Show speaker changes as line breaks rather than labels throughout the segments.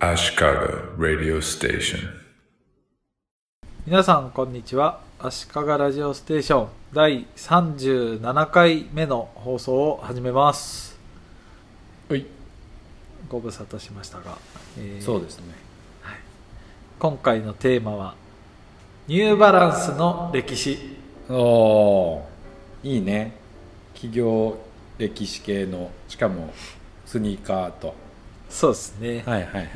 Ashikaga Radio Station.
皆さんこんにちは足利ラジオステーション第37回目の放送を始めます
はい
ご無沙汰しましたが、えー
そうですね
今回のテーマはニューバランスの歴史
おーいいね企業歴史系のしかもスニーカーと
そうですね、
はいはいはいはい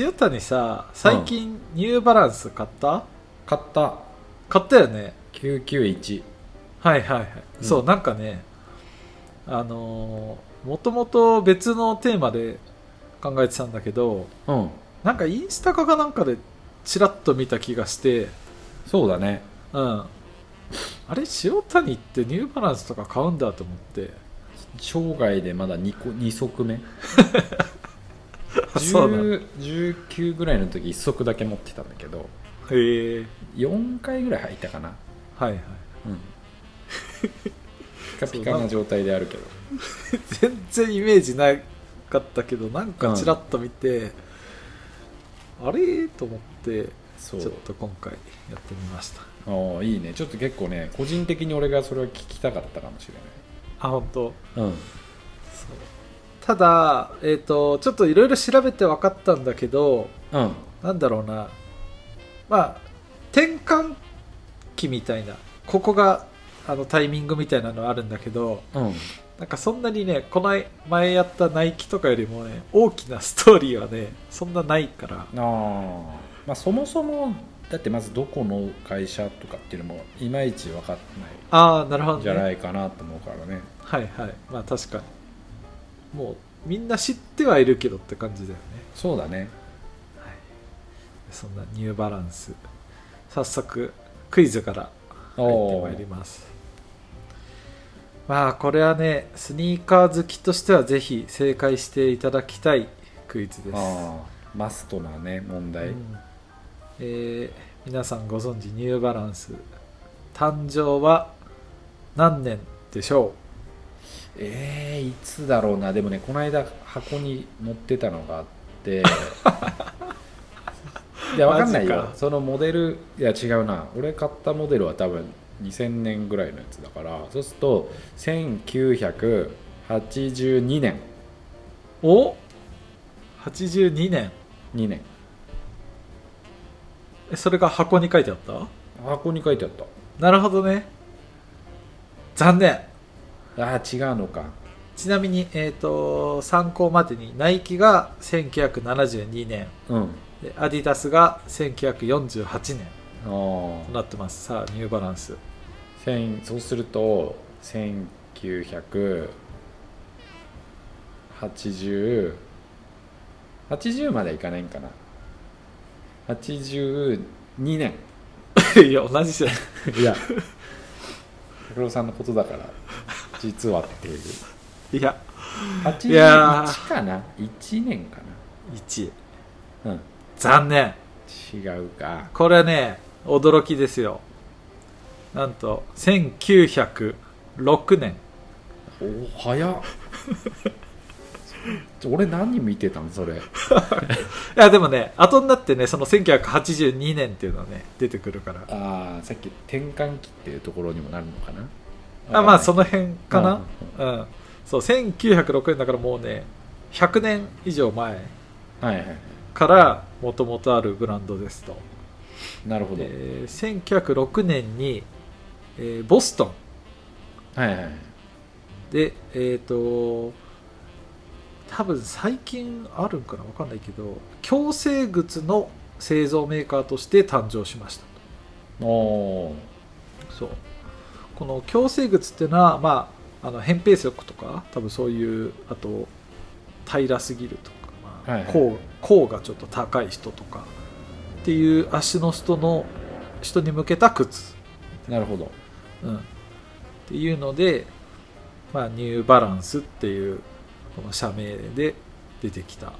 塩谷さ最近ニューバランス買った、
買った
買ったよね
991
はいはいはい、
うん
そうなんかねあのー、もともと別のテーマで考えてたんだけど
うん
なんかインスタかなんかでチラッと見た気がして
そうだね
うんあれ塩谷ってニューバランスとか買うんだと思って
生涯でまだ 2, 個二足 目
そうなの
10 19ぐらいの時1足だけ持ってたんだけど
へえ
4回ぐらい履いたかな
はいはい
うんピカピカな状態であるけど
全然イメージなかったけどなんかチラッと見て、あれと思って
そ
ちょっ
う
と今回やってみました
ああいいねちょっと結構ね個人的に俺がそれは聞きたかったかもしれ
あ本当。
ないうん
そうただ、えー、とちょっといろいろ調べて分かったんだけど
うん
なんだろうなまあ転換期みたいなここがあのタイミングみたいなのあるんだけど
うん
なんかそんなにねこの前やったナイキとかよりもね大きなストーリーはねそんなないから
あーまあそもそもだってまずどこの会社とかっていうのもいまいち分かってな
ああなるほど、
いん
ね、
じゃないかなと思うからね
はいはいまあ確かにもうみんな知ってはいるけどって感じだよね
そうだね
はい、そんなニューバランス早速クイズから入って
お
まいり
ー
ますまあこれはねスニーカー好きとしてはぜひ正解していただきたいクイズです、
あーマストなね問題、
うんえー皆さんご存知ニューバランス誕生は何年でしょ
えー、いつだろうなでもねこの間箱に乗ってたのがあって いやわかんない
マジ
よ
か
そのモデルいや違うな俺買ったモデルは多分2000年ぐらいのやつだからそうすると1982年
うお82年
2年
えそれが箱に書いてあった
箱に書いてあった
なるほどね残念
ああ違うのか
ちなみに、えー、と参考までにナイキが1972年
うんあ
でアディダスが1948年
あ
となってますさあニューバランス
千そうすると1980 80まではいかないんかな82年
いや同じじゃん
いや拓郎さんのことだから実はっていう
いやいや
81かな1年か
1位
なうん
残念
違うか
これね驚きですよなんと1906年
おお早っそ俺何見てたのそれ
いやでもね後になってねその1982年っていうのはね出てくるから
ああさっき転換期っていうところにもなるのかな
あまあそ
の
の辺かな、うん、そう1906年だからもうね100年以上前
はいはいはい
からもともとあるブランドですと、
なるほど、
えー1906年に、えーボストン
はいはいはい
でえっ、と多分最近あるんかなわかんないけど矯正靴の製造メーカーとして誕生しました
おお
そうこの矯正靴っていうのは、まあ、あの扁平足とか多分そういうあと平らすぎるとか、まあ
はいはい
甲甲がちょっと高い人とかっていう足の人の人に向けた靴、
なるほど
うん、っていうので、まあ、ニューバランスっていうこの社名で出てきた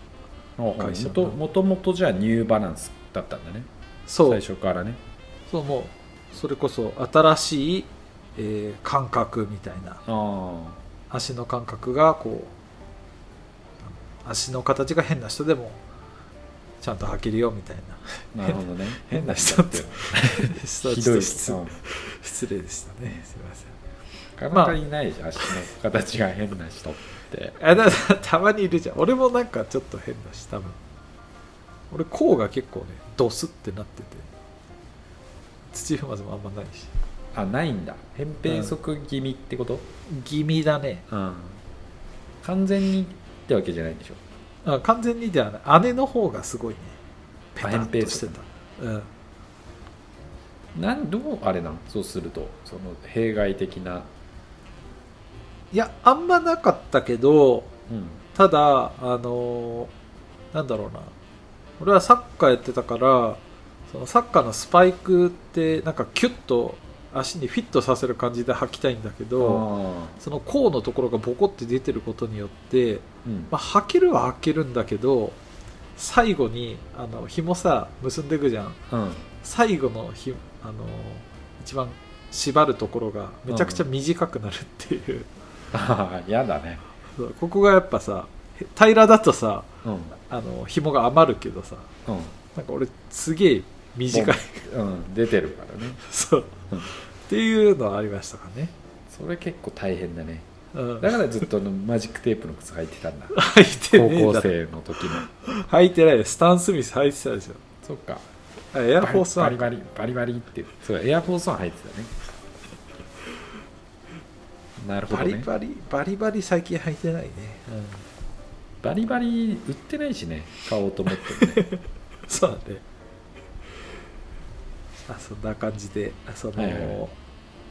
お
会社
もともともとじゃあニューバランスだったんだね
そう
最初からね
そうもうそれこそ新しい、えー感覚みたいな
あ
足の感覚がこう足の形が変な人でもちゃんと履けるよみたいな
なるほ どね変な
ちょ
人
っ
って
人
ひ
ちょっと
どい
失
うん
失礼でしたねすいません
なかなかいないじゃん、足の形が変な人って
あだだ たまにいるじゃん俺もなんかちょっと変だし多分俺甲が結構ねドスってなってて土踏まずもあんまないし
あないんだ扁平足気味ってこと、
気味だね
うん、完全にってわけじゃないんでしょ
あ完全にではない姉の方がすごいねペタ
扁
ッ
平
として
足
た、うん、
なんどうあれなんそうするとその弊害的な、
いやあんまなかったけど
うん、
ただあのーなんだろうな俺はサッカーやってたからそのサッカーのスパイクってなんかキュッと足にフィットさせる感じで履きたいんだけど、
あ
その甲のところがボコって出てることによって、
ーうん
まあ、履けるは履けるんだけど最後にあの紐さ結んでいくじゃん
うん
最後のひあの一番縛るところがめちゃくちゃ短くなるっていう、
あーやだね、
そうここがやっぱさへ平らだとさ
うん
あの紐が余るけどさなんか俺すげえ短い
うんうん、出てるからね
そう
うん
っていうのはありましたかね、
それ結構大変だね
うん、
だからずっとあのマジックテープの靴履いてたんだ
履いて
高
ねえ
校
だ
生の時の
履いてないスタン・スミス履いてたでしょ
そっか
あエアフォースワ
バ
ン
リ
か
バリバリバリバリってそうエアフォースワン入ってたねなるほ
バ
ど
リ
ね
バリバリバリ最近履いてないね、
バリバリ売ってないしね買おうと思ってもね
そうだねあそんな感じであその、
はいはいはい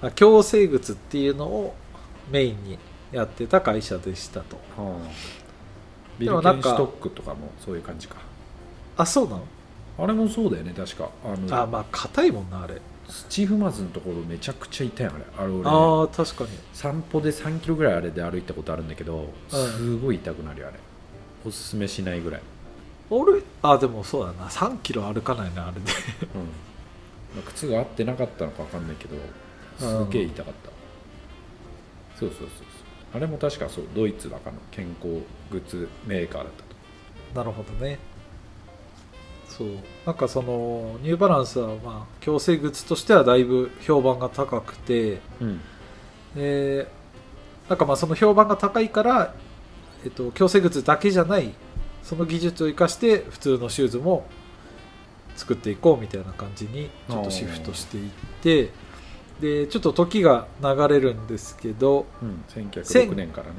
あ矯正靴っていうのをメインにやってた会社でしたと
うん
で
ビル
も
ケ
なんか
ンストックとかもそういう感じか
あそうなの、
あれもそうだよね確かあの
あまあ硬いもんなあれ、
土踏まずのところめちゃくちゃ痛いあれあれ俺ね、
ああ確かに
散歩で3キロぐらいあれで歩いたことあるんだけど
うん
すごい痛くなるよあれおすすめしないぐらい、
俺あでもそうだな3キロ歩かないなあれで
うんまあ靴が合ってなかったのか分かんないけどすげえ痛かったそうそうそうそうあれも確かそうドイツだからの健康グッズメーカーだった
な
と
るほどねそうなんかそのニューバランスはまあ矯正靴としてはだいぶ評判が高くて
うん
でなんかまあその評判が高いから、えっと、矯正靴だけじゃないその技術を生かして普通のシューズも作っていこうみたいな感じにちょっとシフトしていってでちょっと時が流れるんですけど
うん、1906年からね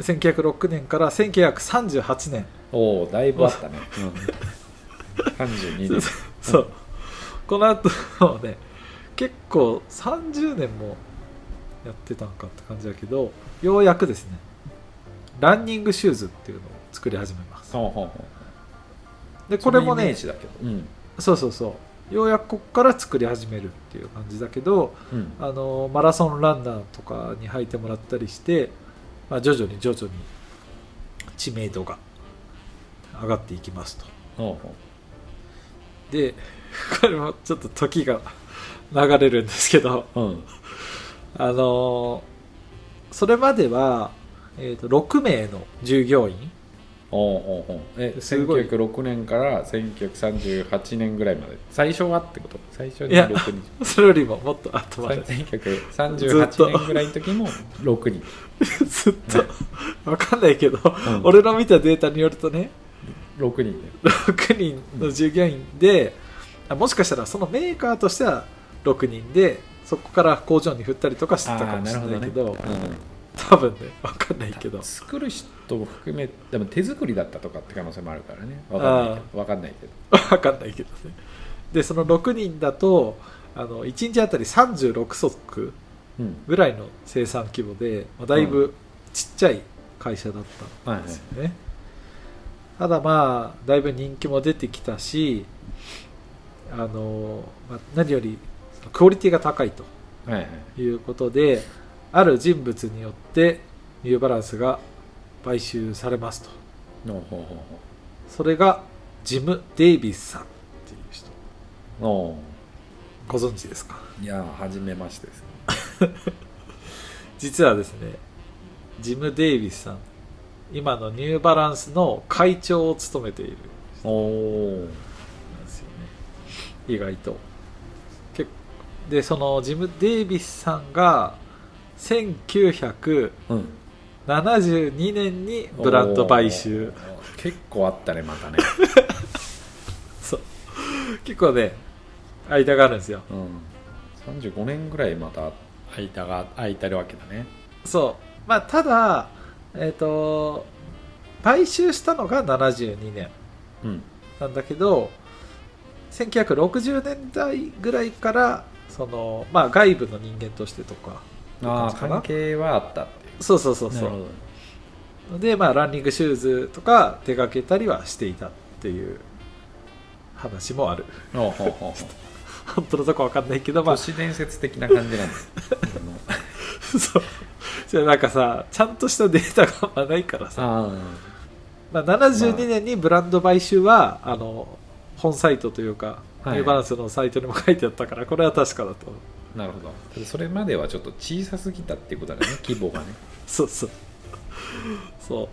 1906年から1938年
おおだいぶあったね、うん、32年
そうこの後もね結構30年もやってたんかって感じだけどようやくですねランニングシューズっていうのを作り始めます
ほうほうほ
で
う
これも
そのイメー
ね
ジだけどうん、
そうそうそうようやくここから作り始めるっていう感じだけど
うん、
あのマラソンランナーとかに履いてもらったりして、まあ、徐々に徐々に知名度が上がっていきますと
ほうほう
でこれもちょっと時が流れるんですけど
うん
あのーそれまでは、えー、と6名の従業員
おうおうおうえ
すごい
1906年から1938年ぐらいまで最初はってこと最初
い
に
や
6人
それよりももっと後までずっと
1938年ぐらいの時も6人、
ずっと分かんないけど、
ん
俺の見たデータによるとね
6人
6人の従業員であもしかしたらそのメーカーとしては6人でそこから工場に振ったりとかしてたかもしれないけど
ど、ね
多分ね分かんないけ
う
ど
ん、作る人も含めでも手作りだったとかって可能性もあるからねわかんないけどわかんないけど
分かんないけどねでその6人だとあの1日あたり36足
うん
ぐらいの生産規模で、まあ、だいぶちっちゃい会社だったんですよね、ただまあだいぶ人気も出てきたしあの、まあ、何よりそのクオリティが高いと
はいはい
いうことである人物によってニューバランスが買収されますと
ほうほうほうほ
それがジム・デイビスさんっていう人
うお
ご存知ですか
ういやー初めましてです
実はですねジム・デイビスさん今のニューバランスの会長を務めている
おお
なんですよね意外とけでそのジム・デイビスさんが1972
うん
年にブランド買収
おー結構あったねま たね、
そう結構ね間があるんですよ
うん、35年ぐらいまた空いたが空いてるわけだね
そうまあただえっ、と買収したのが72年
うん
なんだけど1960年代ぐらいからそのまあ外部の人間としてとか
ああ
かな
関係はあったっていう
そうそうそうそうで、まあ、ランニングシューズとか手掛けたりはしていたっていう話もある
ほうほうほうほう
本当のとこわかんないけどま
都
あ
市伝説的な感じなんですあの
そうじゃあなんかさちゃんとしたデータがあんまないからさ、
あ
まあ、72年にブランド買収はあの本サイトというか、ニ
はい
ューバランスのサイトにも書いてあったからこれは確かだと思う
ーなるほどただそれまではちょっと小さすぎたっていうことだね規模がね
そうそうそ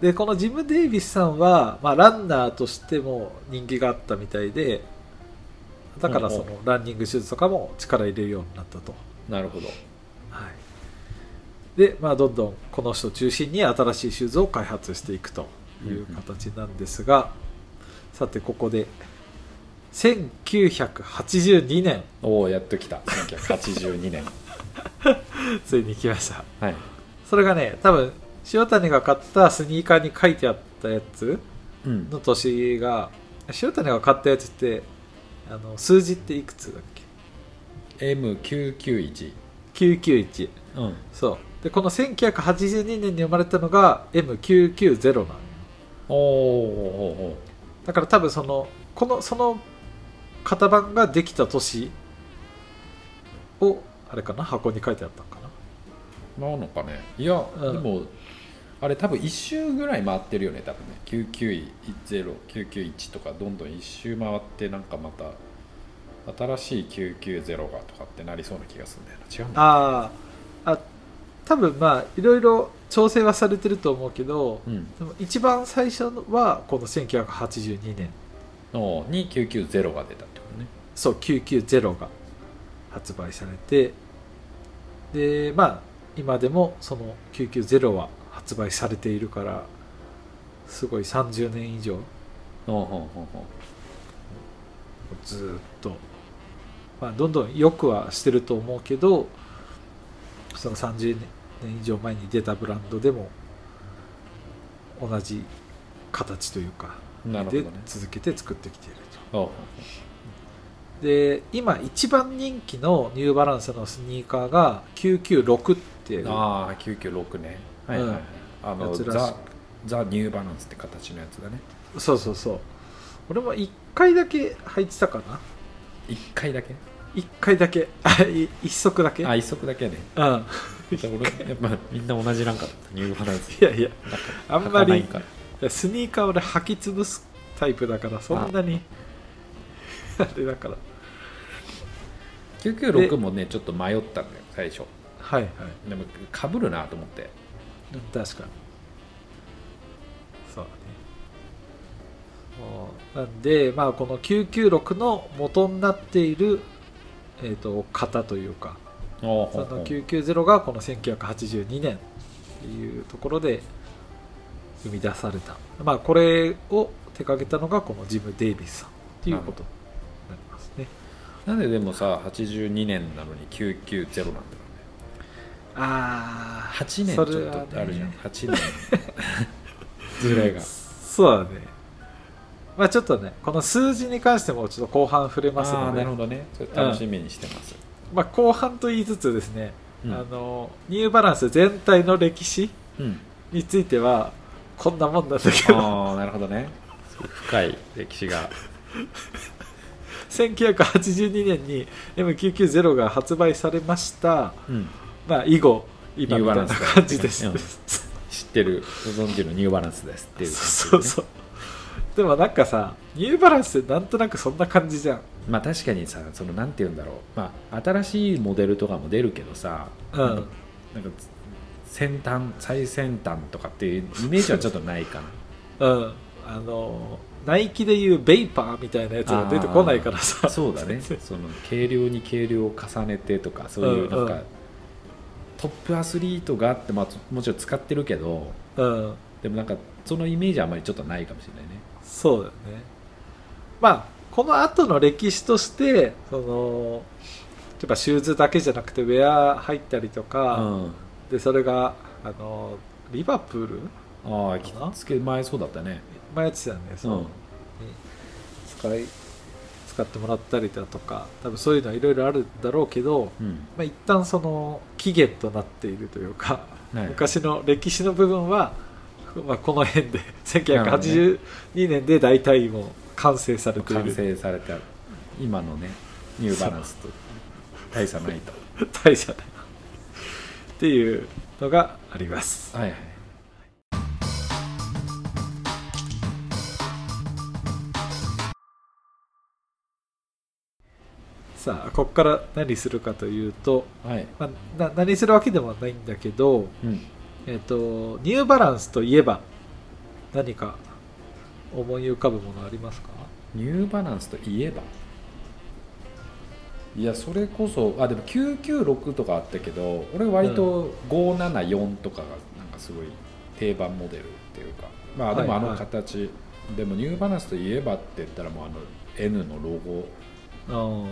うでこのジム・デイビスさんは、まあ、ランナーとしても人気があったみたいでだからその
ほう
ランニングシューズとかも力入れるようになったと、
なるほど
はい、で、まあ、どんどんこの人を中心に新しいシューズを開発していくという形なんですが、さてここで1982年
おおやっと来た1982年
ついに来ました
はい
それがね多分塩谷が買ったスニーカーに書いてあったやつ
うん
の年が塩谷が買ったやつってあの数字っていくつだっ
M991
け991
うん
そうでこの1982年に生まれたのが M990 なのよ
おお
だから多分そのこのその型番ができた年をあれかな箱に書いてあったのかな
なのかねいや、
うん
でもあれ多分1周ぐらい回ってるよね多分ね990991とかどんどん1周回ってなんかまた新しい990がとかってなりそうな気がするんだよな違うの
あーあ多分まあいろいろ調整はされてると思うけど、
うん
でも一番最初はこの1982年
のに990が出たってことね
そう990が発売されてでまあ今でもその990は発売されているからすごい30年以上
おうほうほうほう
ずーっと、まあ、どんどん良くはしてると思うけどその30年以上前に出たブランドでも同じ形というか
なるほど
で
ね
続けて作ってきていると。
おうほうほ
で今一番人気のニューバランスのスニーカーが996っていう
うああ996ねはいはい、はいあの
やつらしい
ザ・ザ・ニューバランスって形のやつだね
そうそうそう俺も1回だけ履いてたかな
1回だけ
1回だけあい一足だけ
あ1足だけね
うん
俺やっぱみんな同じなんかだったニューバランス
いやいやあ
あ
んまりスニーカー俺履き潰すタイプだからそんなにあれだから
996もねちょっと迷ったんだよ最初
はいはい
でもかぶるなと思って
確かにそうだねもうなんでまあこの996の元になっている、えー、と型というか
お
その990がこの1982年っていうところで生み出されたまあこれを手掛けたのがこのジム・デイビスさんっていうことになりますね
なんででもさ82年なのに990なんだろうね
ああ
8年ち
そ
ょ
れはね
っとあるじゃん、8年ずれが
そうだねまあちょっとねこの数字に関してもちょっと後半触れます
あ
の
あ
で
なるほどねそれ楽しみにしてます、
まあ、後半と言いつつですね、
うん
あのニューバランス全体の歴史
うん
についてはこんなもんなんだけど
ああなるほどね深い歴史が
1982年に M990 が発売されました、
うん
まあ、以後今
ニュ
み
ーバ
たいな
ランスだ
感じです、
うん知ってるご存知のニューバランスですっていう
そうそうでもなんかさニューバランスってなんとなくそんな感じじゃん
まあ確かにさそのなんて言うんだろう、まあ、新しいモデルとかも出るけどさ、
うん
なんかなんか先 端最先端とかっていうイメージはちょっとないかな
うんあのナイキでいうベイパーみたいなやつが出てこないからさ
そ うだねその軽量に軽量を重ねてとかそういうなんか、
うんうん
トップアスリートがあって、まあ、もちろん使ってるけど
うん
でもなんかそのイメージはあまりちょっとないかもしれないね
そうだよねまあこの後の歴史としてそのやっぱシューズだけじゃなくてウェア入ったりとか、
あ
でそれがあのリバプール
あきつけ前そうだったね
前やってたよねそうの
ん
使い使ってもらったりだとか多分そういうのはいろいろあるだろうけど、
うん
まあ、一旦その起源となっているというか
はい
昔の歴史の部分は、まあ、この 辺で1982年で大体もう完成されてい
完
る
成された今のねニューバランスと大差ないと
大社だっていうのがあります
はいはい
さあここから何するかというと、
はい
まあ、な何するわけではないんだけど、
うん
えっとニューバランスといえば何か思い浮かぶものありますか
ニューバランスといえばいやそれこそあでも996とかあったけど俺割と574とかがなんかすごい定番モデルっていうかまあでもあ
はいはい
の形、でもニューバランスといえばって言ったらもうあの N のロゴ
うん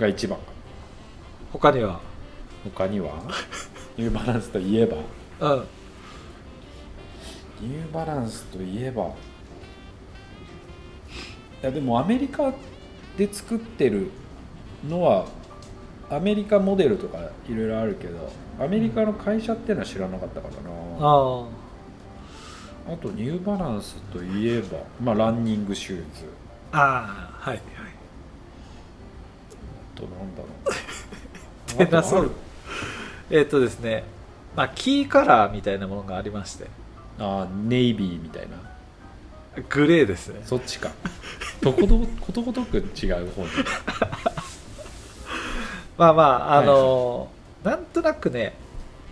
が一番か
他には
他に はニューバランスといえば
うん
ニューバランスといえばいやでもアメリカで作ってるのはアメリカモデルとかいろいろあるけどアメリカの会社ってのは知らなかったからなあ
ああ
とニューバランスといえば、まあ、ランニングシューズ
ああはいはい
あとなんだ ろ
て
う
なそう
あと
えっ、とですね、まあ、キーカラーみたいなものがありまして
あるあーネイビーみたいな
グレーですね
そっちかとことごことごとく違う方に
まあまああのーなんとなくね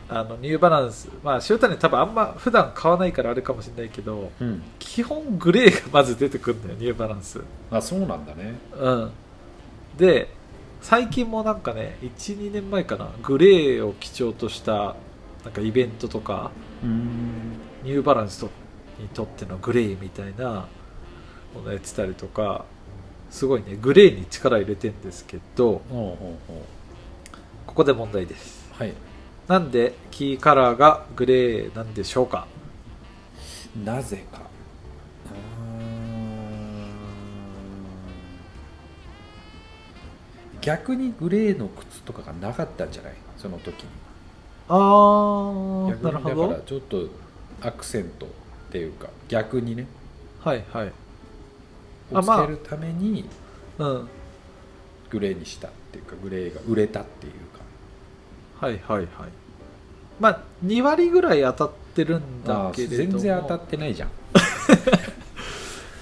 あのニューバランスまあ塩谷多分あんま普段買わないからあれかもしれないけど
うん
基本グレーがまず出てくるんだよニューバランス
あそうなんだね
うんで最近もなんかね12年前かなグレーを基調としたなんかイベントとか
うん
ニューバランスとにとってのグレーみたいなものやってたりとかすごいねグレーに力入れてんですけど
おうおうおう
ここで問題です
はい
なんでキーカラーがグレーなんでしょうか
なぜかうーん逆にグレーの靴とかがなかったんじゃないその時に
あーな
逆
る
にだ
ほ
から
ど
ちょっとアクセントっていうか逆にね
はいはい
を
あまあ
つけるために
うん
グレーにしたっていうかグレーが売れたっていうか
はいはいはいまあ2割ぐらい当たってるんだ
あ
け
ー
れども
全然当たってないじゃん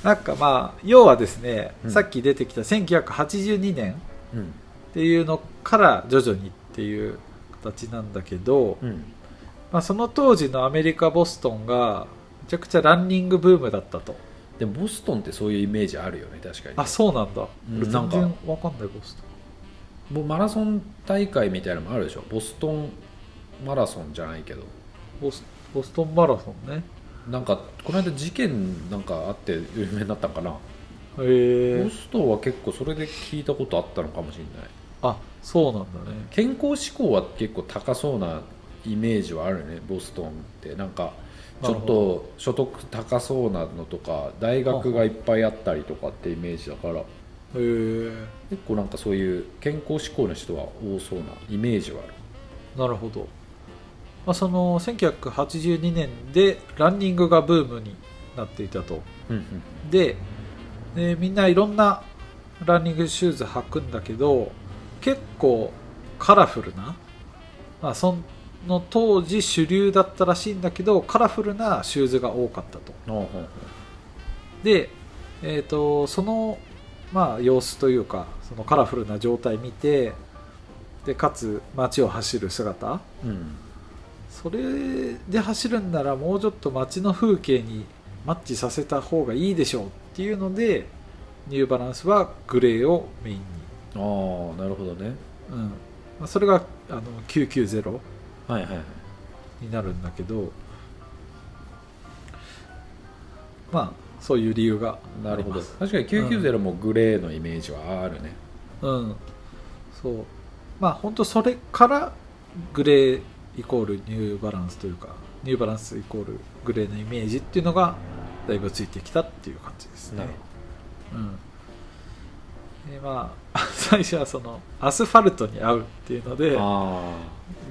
なんかまあ要はですね、
うん
さっき出てきた1982年
うん
っていうのから徐々にっていう形なんだけど、
うん
まあ、その当時のアメリカ・ボストンがめちゃくちゃランニングブームだったと
でもボストンってそういうイメージあるよね確かに
あそうなんだ、
うん
俺全
なんか
然わかんないボス
もうマラソン大会みたいなのもあるでしょボストンマラソンじゃないけど
トンボスボストンマラソンね
なんかこの間事件なんかあって有名になったんかな、
へえ
ボストンは結構それで聞いたことあったのかもしれない
あそうなんだね
健康志向は結構高そうなイメージはあるねボストンってなんかちょ
なる
っ
ほ
と所得高そうなのとか大学がいっぱいあったりとかってイメージだから
へえ
結構なんかそういう健康志向の人は多そうなイメージはある
なるほど、まあ、その1982年でランニングがブームになっていたと
うん
ででみんないろんなランニングシューズ履くんだけど結構カラフルな、まあ、その当時主流だったらしいんだけどカラフルなシューズが多かったと
うんあああ
で、えー、とその、まあ、様子というかそのカラフルな状態見てでかつ街を走る姿
うん
それで走るんならもうちょっと街の風景にマッチさせた方がいいでしょうっていうのでニューバランスはグレーをメインに、
ああなるほどね
うんまあ、それがあの990
はいはいはい
になるんだけどまあそういう理由が
なるほ
あ
ど
り
確かに990もグレーのイメージはあるね、
ますうんそうまあ本当それからグレーイコールニューバランスというかニューバランスイコールグレーのイメージっていうのがだいぶついてきたっていう感じですね
なるほ
うん、でまあ 最初はそのアスファルトに合うっていうので
どあ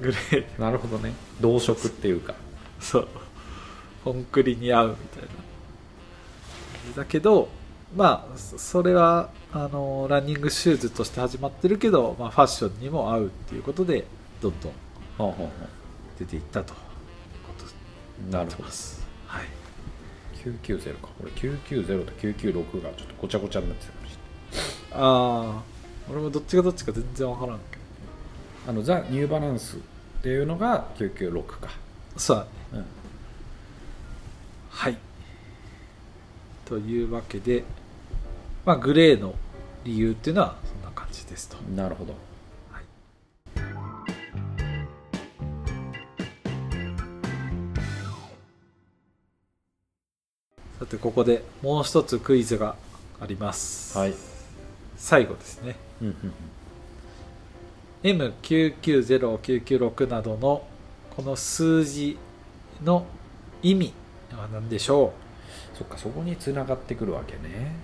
グレー
あなるほどね同色っていうか
そうコンクリに合うみたいなだけどまあそそれはあのランニングシューズとして始まってるけど、まあ、ファッションにも合うっていうことでどんどん
ほうほうほ
出ていったということに
うな
な
る
って
ほど
ますはい
990かこれ990と996がちょっとごちゃごちゃになってたかもしれない
ああ俺もどっちがどっちか全然わからんけど
あのザ・ニューバランスっていうのが996か、
さあ
うん、
はい。というわけで、まあ、グレーの理由っていうのはそんな感じですと。
なるほど
はいさてここでもう一つクイズがあります、
はい、
最後ですね
うんうんうん
M990996 などのこの数字の意味は何でしょ
そっかそこに繋がってくるわけね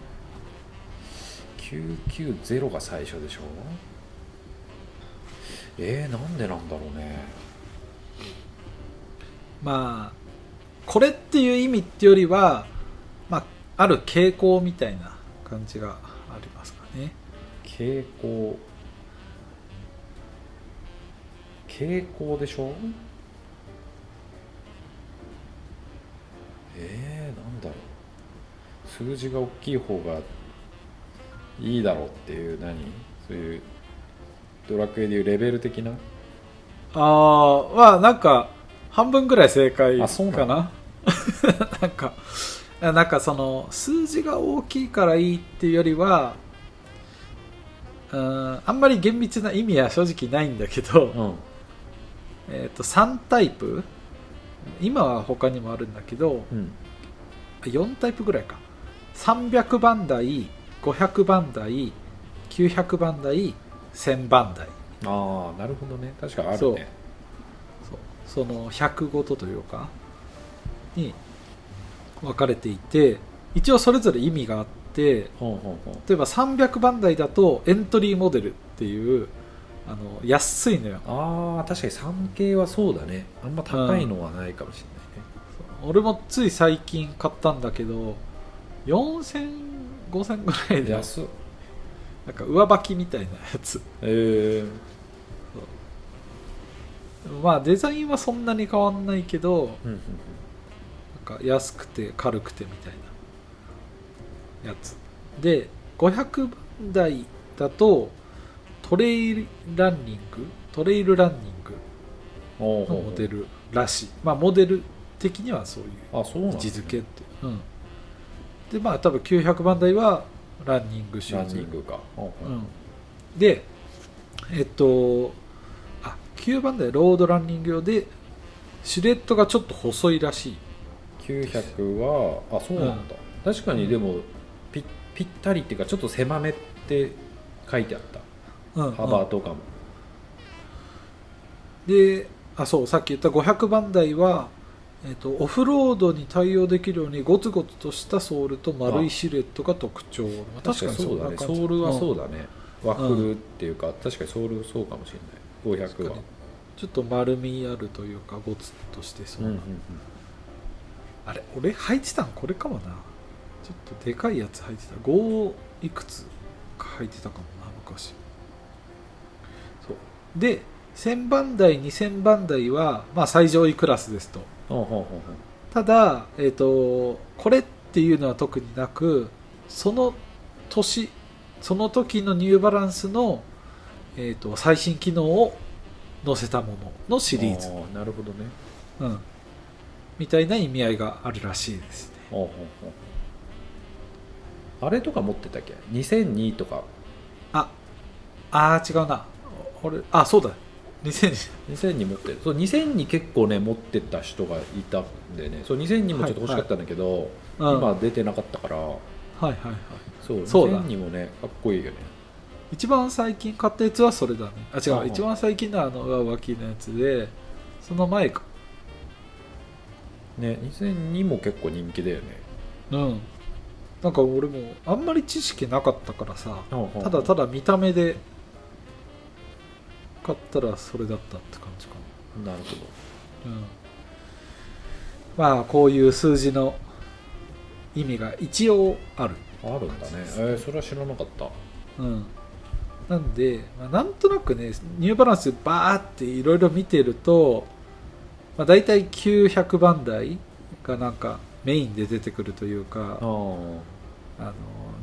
990が最初でしょえー、なんでなんだろうね
うまあこれっていう意味ってよりは、まあ、ある傾向みたいな感じがありますかね
傾向傾向でしょえー、なんだろう数字が大きい方がいいだろうっていう何そういうドラクエでいうレベル的な
ああはなんか半分ぐらい正解
あそう
かな
な
なんか なんかその数字が大きいからいいっていうよりはうんあんまり厳密な意味は正直ないんだけど、
うん
えー、と3タイプ今は他にもあるんだけど
うん
4タイプぐらいか300番台500番台900番台1000番台
ああなるほどね確かあ
そ
る
う
ね
そうその100ごとというかに分かれていて一応それぞれ意味があって
ほんほんほん
例えば300番台だとエントリーモデルっていうあの安いのよ
あー確かに産経はそうだねあんま高いのはないかもし
俺もつい最近買ったんだけど40005000ぐら
れ
い
ないね
で
安っ
なんか上履きみたいなやつ
ええ
まあデザインはそんなに変わんないけど
うんうん
なんか安くて軽くてみたいなやつで500番台だとトレイルランニングトレイルランニン
お
グのモデルらしいまあモデル的にはそういう
あそうなん
位
だ
置づけってうんでまあ多分900番台はランニングシュ
ラ
ー
ン
ズ
ニングか、
うん、でえっとあ9番台ロードランニング用でシルエットがちょっと細いらしい
900はあそうなんだ、確かにでもぴぴったりっていうかちょっと狭めって書いてあっ
うんうん
た幅とかも、
であそうさっき言った500番台は、えっとオフロードに対応できるようにゴツゴツとしたソールと丸いシルエットが特徴まあ
確かにそうだねソ
感じ
ールはそう
うん
だね、ワクルっていうか確かにソールそうかもしれない500
確か
は
にちょっと丸みあるというかゴツとしてそううな、
んうん
あれ俺履いてたんこれかもなちょっとでかいやつ履いてた5いくつか履いてたかもな昔そうで1000番台2000番台は、まあ、最上位クラスですと
うんほうほうほ
ただ、えっとこれっていうのは特になくその年その時のニューバランスの、えっと最新機能を載せたもののシリーズ、
なるほどね
うん、みたいな意味合いがあるらしいですね
おうおうおうあれとか持ってたっけ2002とか
ああー違うな俺あそうだ2000
2002持ってるそう2002結構ね持ってた人がいたんでねそう2002もちょっと欲しかったんだけど、
うんはい
今出てなかったから
はいはい
そう
そうだ
2002もねかっこいいよね
一番最近買ったやつはそれだねあ違
あ
う一番最近のはあの上履きのやつでその前か
ね2002も結構人気だよね
うんなんか俺もあんまり知識なかったからさただ
だ
ただ見た目で買ったらそれだったって感じか
なるほど
なうんまあこういう数字の意味が一応ある
あるんだねえーそれは知らなかった
うん、なんで、まあ、なんとなくねニューバランスバーっていろいろ見てると、まあ、大体900番台がなんかメインで出てくるというかあ
ああ
の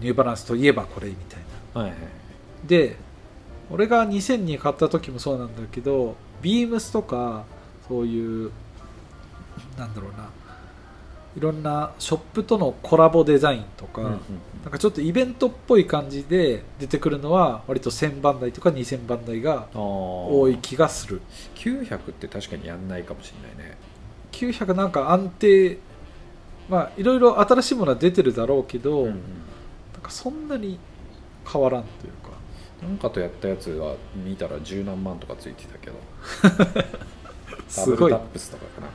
ニューバランスといえばこれみたいな
はいはい
で俺が2002買った時もそうなんだけどビームスとかそういうなんだろうないろんなショップとのコラボデザインとか、
うんうん
なんかちょっとイベントっぽい感じで出てくるのは割と1000番台とか2000番台が
あ多
多い気がする
900って確かにやんないかもしれないね
900なんか安定まあいろいろ新しいものは出てるだろうけど、
ん
なんかそんなに変わらんというか
なんかとやったやつは見たら十何万とかついてたけどダ
す
ブル
ごい
タッ、プスとかかな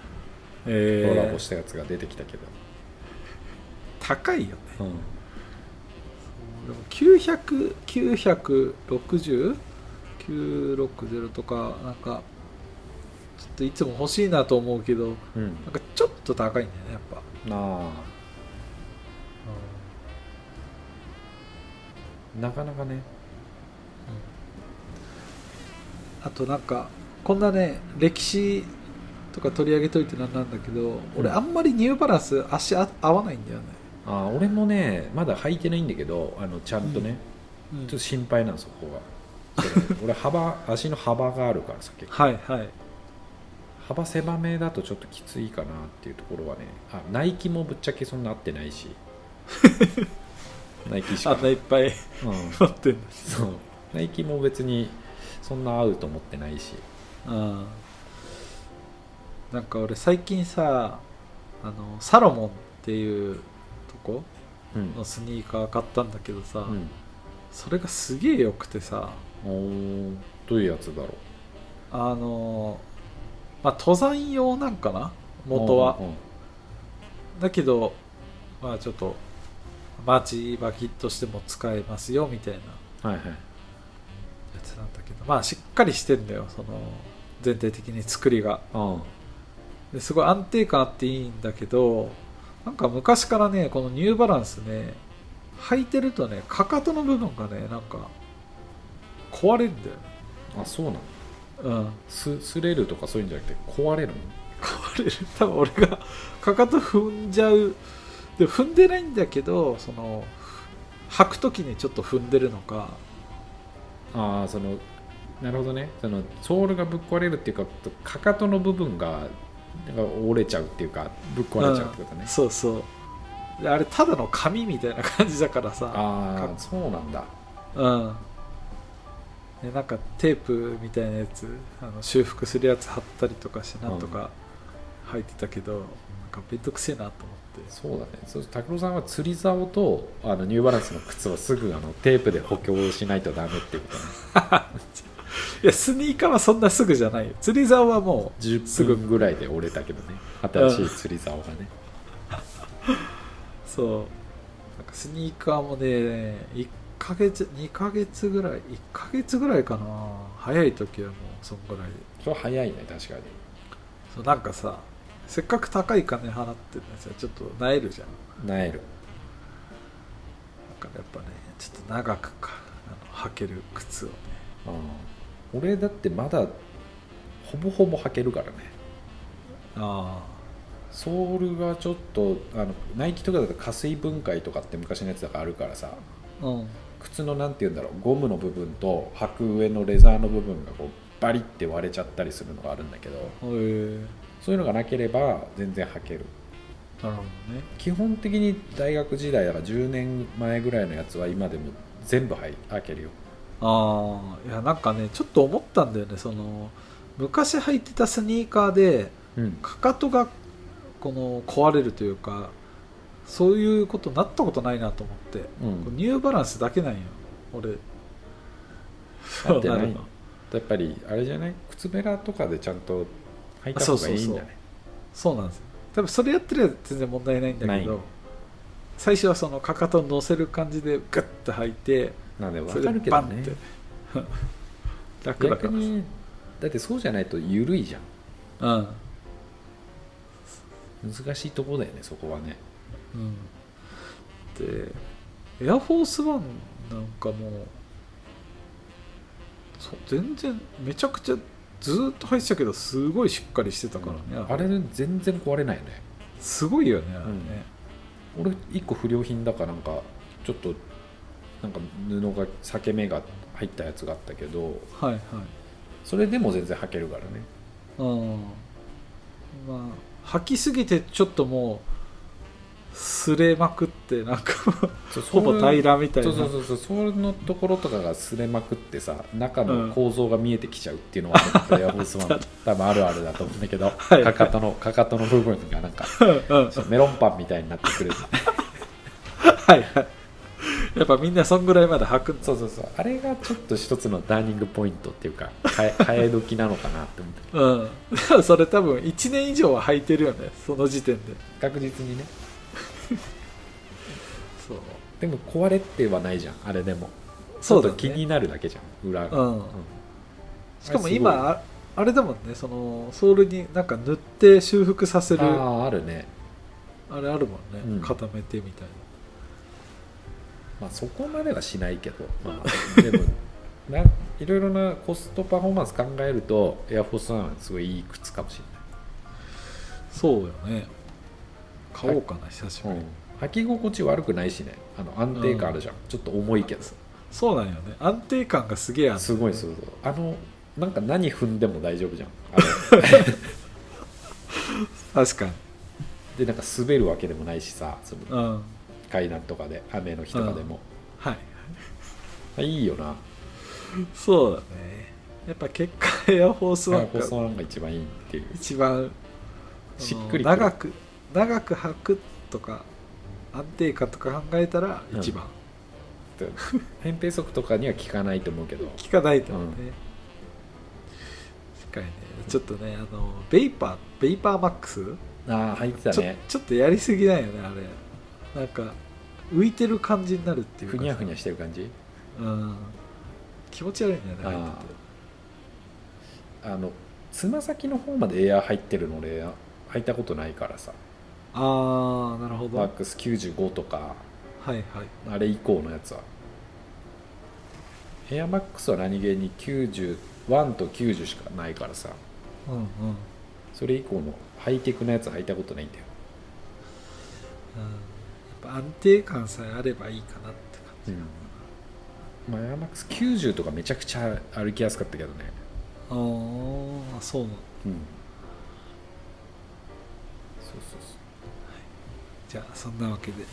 え
コ
ー
ラボしたやつが出てきたけど、
高いよね
うん
でも900960960とかなんかちょっといつも欲しいなと思うけど
うん、
なんかちょっと高いんだよねやっぱ、
なあなかなかね
あとなんかこんなね歴史とか取り上げといてなんなんだけど俺あんまりニューバランス足あ合わないんだよね、
あ俺もねまだ履いてないんだけどあのちゃんとね、
うん
ちょっと心配なんそこがそれ俺幅足の幅があるからさ結構
はいはい
幅狭めだとちょっときついかなっていうところはねあナイキもぶっちゃけそんな合ってないしナイキしか
あんないっぱい
うん、
持ってんだ
そうナイキも別にそんな合うと思ってないし
うんなんか俺最近さあのサロモンっていうとこ
うん
のスニーカー買ったんだけどさ、
うん
それがすげえ良くてさ
おーどういうやつだろう
あのまあ登山用なんかな元は
うんうん
だけどまあちょっと街バキッとしても使えますよみたいなや
はいはい
つなんだけどまあしっかりしてんだよその全体的に作りが
あ
ですごい安定感あっていいんだけどなんか昔からねこのニューバランスね履いてるとねかかとの部分がねなんか壊れるんだよね
あそうなの
うん
す擦れるとかそういうんじゃなくて壊れるの
壊れる多分俺がかかと踏んじゃうで踏んでないんだけどその履く時にちょっと踏んでるのか
ああそのなるほどねそのソールがぶっ壊れるっていうかかかとの部分がなんか折れちゃうっていうかぶっ壊れちゃうってことね、
んそうそうであれただの紙みたいな感じだからさ
あ
か
あそうなんだ
うんでなんかテープみたいなやつあの修復するやつ貼ったりとかしてなんとか履いてたけど、なんかめんどくせえなと思って
そうだねそう拓郎さんは釣り竿とあのニューバランスの靴はすぐあのテープで補強しないとダメっていうことね
いやスニーカーはそんなすぐじゃないよ釣り竿はもう
10分ぐらいで折れたけどね新しい釣り竿がね、
そうなんかスニーカーもね1ヶ月2ヶ月ぐらい1ヶ月ぐらいかな早い時はもうそんぐらいで
それは早いね確かに
そうなんかさせっかく高い金払ってるのにさちょっとなえるじゃん
なえる
だからやっぱねちょっと長くかあの履ける靴をね
うん俺だってまだほぼほぼ履けるからね
あ
ソールがちょっとあのナイキとかだと加水分解とかって昔のやつだからあるからさ
あうん
靴のなんて言うんだろうゴムの部分と履く上のレザーの部分がこうバリって割れちゃったりするのがあるんだけど
へえ
そういうのがなければ全然履ける
あなるほどね
基本的に大学時代だから10年前ぐらいのやつは今でも全部はい開けるよ
ああいやなんかねちょっと思ったんだよねその昔履いてたスニーカーで
うん
かかとがこの壊れるというかそういうことなったことないなと思って、
うん
ニューバランスだけなんよ俺
なってない
そうるの
やっぱりあれじゃない靴べらとかでちゃんと履いた方がいいんじゃない
そうなんですよ多分それやってるば全然問題ないんだけ
ない
ど最初はそのかかと乗せる感じでグッと履いて
なんでわ
そ
か
れ
る
で
け
バ
ど
ンっ
ね
て 楽だか
逆
ら
にだってそうじゃないと緩いじゃん
うん
難しいとこだよねそこはね
うん、でエアフォースワンなんかもうそう全然めちゃくちゃずーっと入ってたけどすごいしっかりしてたからね、
あれ全然壊れないよね
すごいよねあれね、
俺一個不良品だからなんかちょっとなんか布が裂け目が入ったやつがあったけど
はいはい
それでも全然履けるからね
うんまあ履きすぎてちょっともう擦れまくってなんかほぼ平らみたいな
そうそうそうそうそのところとかが擦れまくってさ中の構造が見えてきちゃうっていうのは、なんか エアフォースワン多分あるあるだと思うんだけど、
いはい
かかとのかかとの部分がなんか
うん
メロンパンみたいになってくる
はいはいやっぱみんなそんぐらいまで履くんだ
そうそうそうあれがちょっと一つのターニングポイントっていうか替え 替え時なのかなって思って
うん だからそれ多分1年以上は履いてるよねその時点で
確実にね
そう
でも壊れてはないじゃんあれでも
そうだ、ね、
ちょっと気になるだけじゃん裏が、
うんしかも今
あ
ああれだもんねそのソールになんか塗って修復させ
れ
る
すごい
あ
あーあるね、
れあるもんね、
うん
固めてみたい
まあ、そこまではしないけど、まあ、でも ないろいろなコストパフォーマンス考えるとエアフォースワンはすごいいい靴かもし
なそうよね買おうかな久しぶ
れ
り
ない、
に、
履き心地悪くないしねあの安定感あるじゃん、ちょっと重いけど
そうなんよね安定感がすげえある
すごいすごいあのなんか何踏んでも大丈夫じゃんあれ
確かに
でなんか滑るわけでもないしさその
うんはい
階段とかで雨の日とかでも、いいよな
そうだねやっぱ結果エアフォース
エ
ワ
ア
ン
フォース
が
ワンが一番いいっていう
一番
しっくりくる
あの長く長く履くとか安定感とか考えたら一番、
って扁平足とかには効かないと思うけど
聞かないとね、確かにねちょっとねあのベイパーベイパーマックス、
ああ入って
ち
た
ょ
ね
ちょっとやりすぎないよねあれなんか浮いてる感じになるっていうか
ふにゃふにゃしてる感じ
うん気持ち悪いんだよね
あ
あれ
ーあのつま先の方までエアー入ってるの俺履いたことないからさ
あーなるほど
マ
は
ックス95とか
いはい
あれ以降のやつはエアマックスは何気に91と90しかないからさ
うんうん
それ以降のハイテクなやつ履いたことないんだよ、
うんやっぱ安定感さえあればいいかなって感じ
まあ、エアマックス90とかめちゃくちゃ歩きやすかったけどね
あーそうなの
うんそうそうそ
じゃあそんなわけで、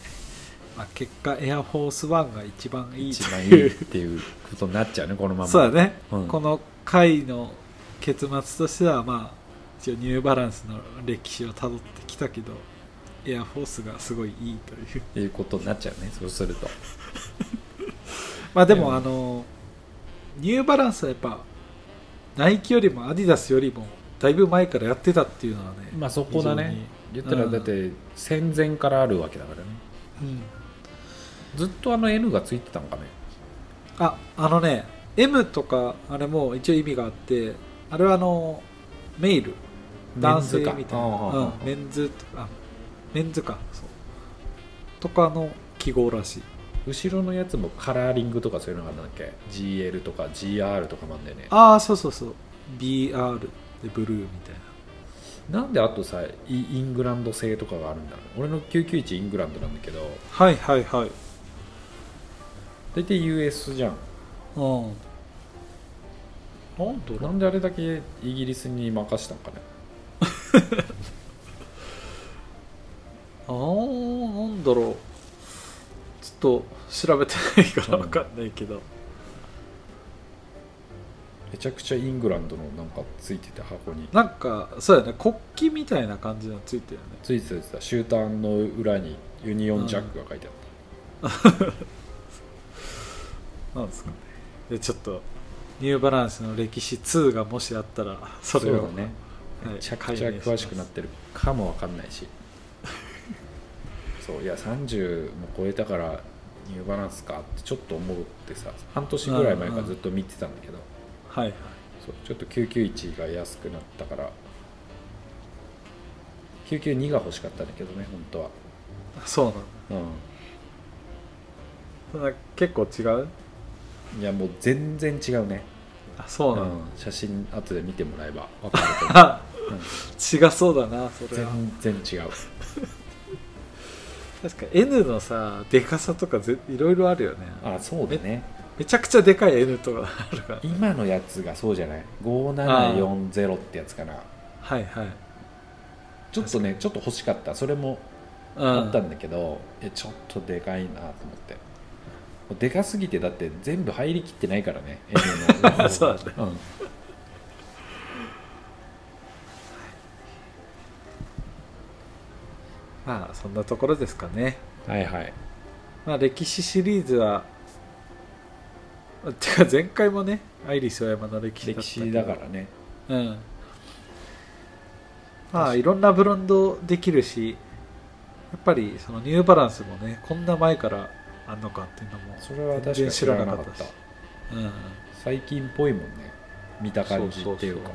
まあ、結果エアフォースワンが一番
う
いい
一
と
番い
いう
いっていうことになっちゃうねこのまま
そうだね、
うん
この回の結末としてはまあ一応ニューバランスの歴史をたどってきたけどエアフォースがすごいいいという
っていうことになっちゃうねそうすると
まあで
う
も
ん
あのニューバランスはやっぱナイキよりもアディダスよりもだいぶ前からやってたっていうのはね、
まあそこだね言った
う
ら
ん
だって戦前からあるわけだからね
うん、
ずっとあの N がついてたのかね
ああのね M とかあれも一応意味があってあれはあのメイル男性みたい
メンズか
な
あああああ
うんメンズとかあメンズかそうとかの記号らしい
後ろのやつもカラーリングとかそういうのがなんだっけ GL とか GR とかなんだよね
ああそうそうそう BR でブルーみたい
なんであとさイイングランド製とかがあるんだろう俺の991イングランドなんだけど
なはいはいはい
大体 US じゃん
うんなんだろ
な
うん
であれだけイギリスに任したんかね
ああーなんだろうちょっと調べてないから
うん
分かんないけど、
めちゃくちゃイングランドのなんかついてて箱に
なんかそうやね国旗みたいな感じのついてるよね
ついてたシューターの裏にユニオンジャックが書いてあっ
なんですかねでちょっとニューバランスの歴史2がもしあったら
た、
それを
そうだね
はい
めちゃくちゃ詳しくなってるかもわかんないしそういや30も超えたからニューバランスかってちょっと思ってさ半年ぐらい前からずっと見てたんだけど、
はいはい
そうちょっと991が安くなったから992が欲しかったんだけどね本当は
そうなの
う
そんな結構違うん
いやもう全然違うね、
あそうなの、
うん写真後で見てもらえば分かると思
あ
う、うん
違そうだなそれは
全然違う
確か N のさでかさとかぜいろいろあるよね
あそうだね
めちゃくちゃでかい N とかあるから
今のやつがそうじゃない5740ってやつかな
はいはい
ちょっとねちょっと欲しかったそれも
うん
あったんだけど、えちょっとでかいなと思ってもうでかすぎてだって全部入りきってないからね N の
そうだね
うん
まあそんなところですかね
はいはい
まあ歴史シリーズはてか前回もねアイリスオーヤマの歴史だったけ
歴
ど
史だからね
うんまあいろんなブランドできるしやっぱりそのニューバランスもねこんな前からあんのかっていうのも
それは
全
確か
然
に
知
知
ら
ら
な
な
か
か
っ
ったた
しうん、
最近っぽいもんね見た感じっていうか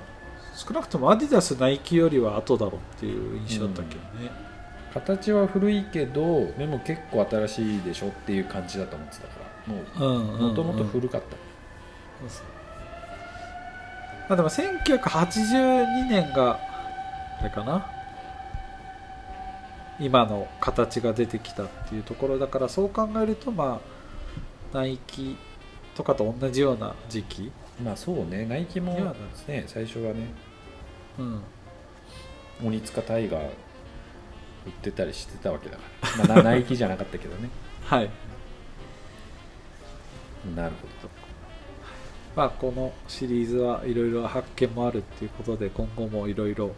そうそう少なくともアディダスナイキよりは後だろうっていう印象だったけどね、
形は古いけどでも結構新しいでしょっていう感じだと思ってたからもう
うんうんうん
もともと古かった、
そうそうまあでも1982年があれかな今の形が出てきたっていうところだからそう考えるとまあナイキとかと同じような時期、
まあそうねナイキも
いや
ね最初はね
うん、
鬼塚タイガー売ってたりしてたわけだから、まあな、ナイキじゃなかったけ どね
はい
なるほど
まあこのシリーズはいろいろ発見もあるっていうことで今後もいろいろ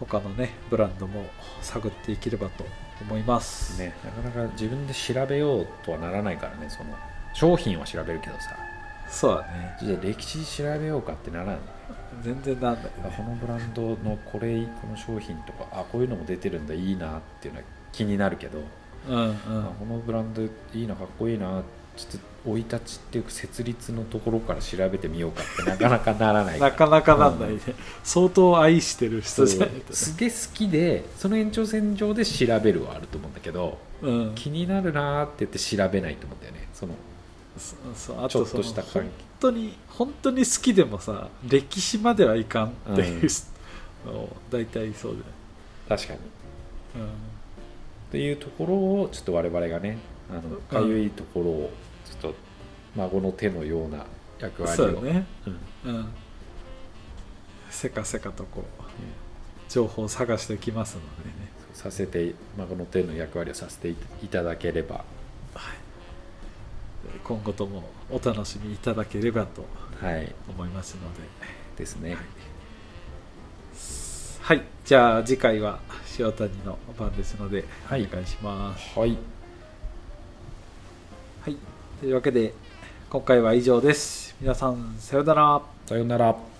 他のねブランドも探っていければと思います、
ねなかなか自分で調べようとはならないからねその商品は調べるけどさ
そうだね
じゃあ歴史調べようかってならないね
全然なんだよ
あ
ね
このブランドのこれこの商品とかあこういうのも出てるんだいいなっていうのは気になるけど、
うんうん
あこのブランドいいなかっこいいなちょっと生い立ちっていうか設立のところから調べてみようかってなかなかならないか ら
なかなかなんないね、相当愛してる人じゃないと
すげえ好きでその延長線上で調べるはあると思うんだけど
うん
気になるなーって言って調べないと思うんだよねその
そそうあ
ちょ
と
っ
そ
と
の
した関
本当に本当に好きでもさ歴史まではいかんっていう、の大体そう
確かにっ
じゃない、
ていうところをちょっと我々がねあのかゆいところをちょっと孫の手のような役
うん、
割
そう
を、
だね
うん
うんせかせかとこう情報を探してきますのでね
させて孫の手の役割をさせていただければ
今後ともお楽しみいただければと
はい
思いますので
ですね
はいじゃあ次回は塩谷の番ですので
はい
お願いします
はい
はい、というわけで今回は以上です。皆さんさようなら。
さようなら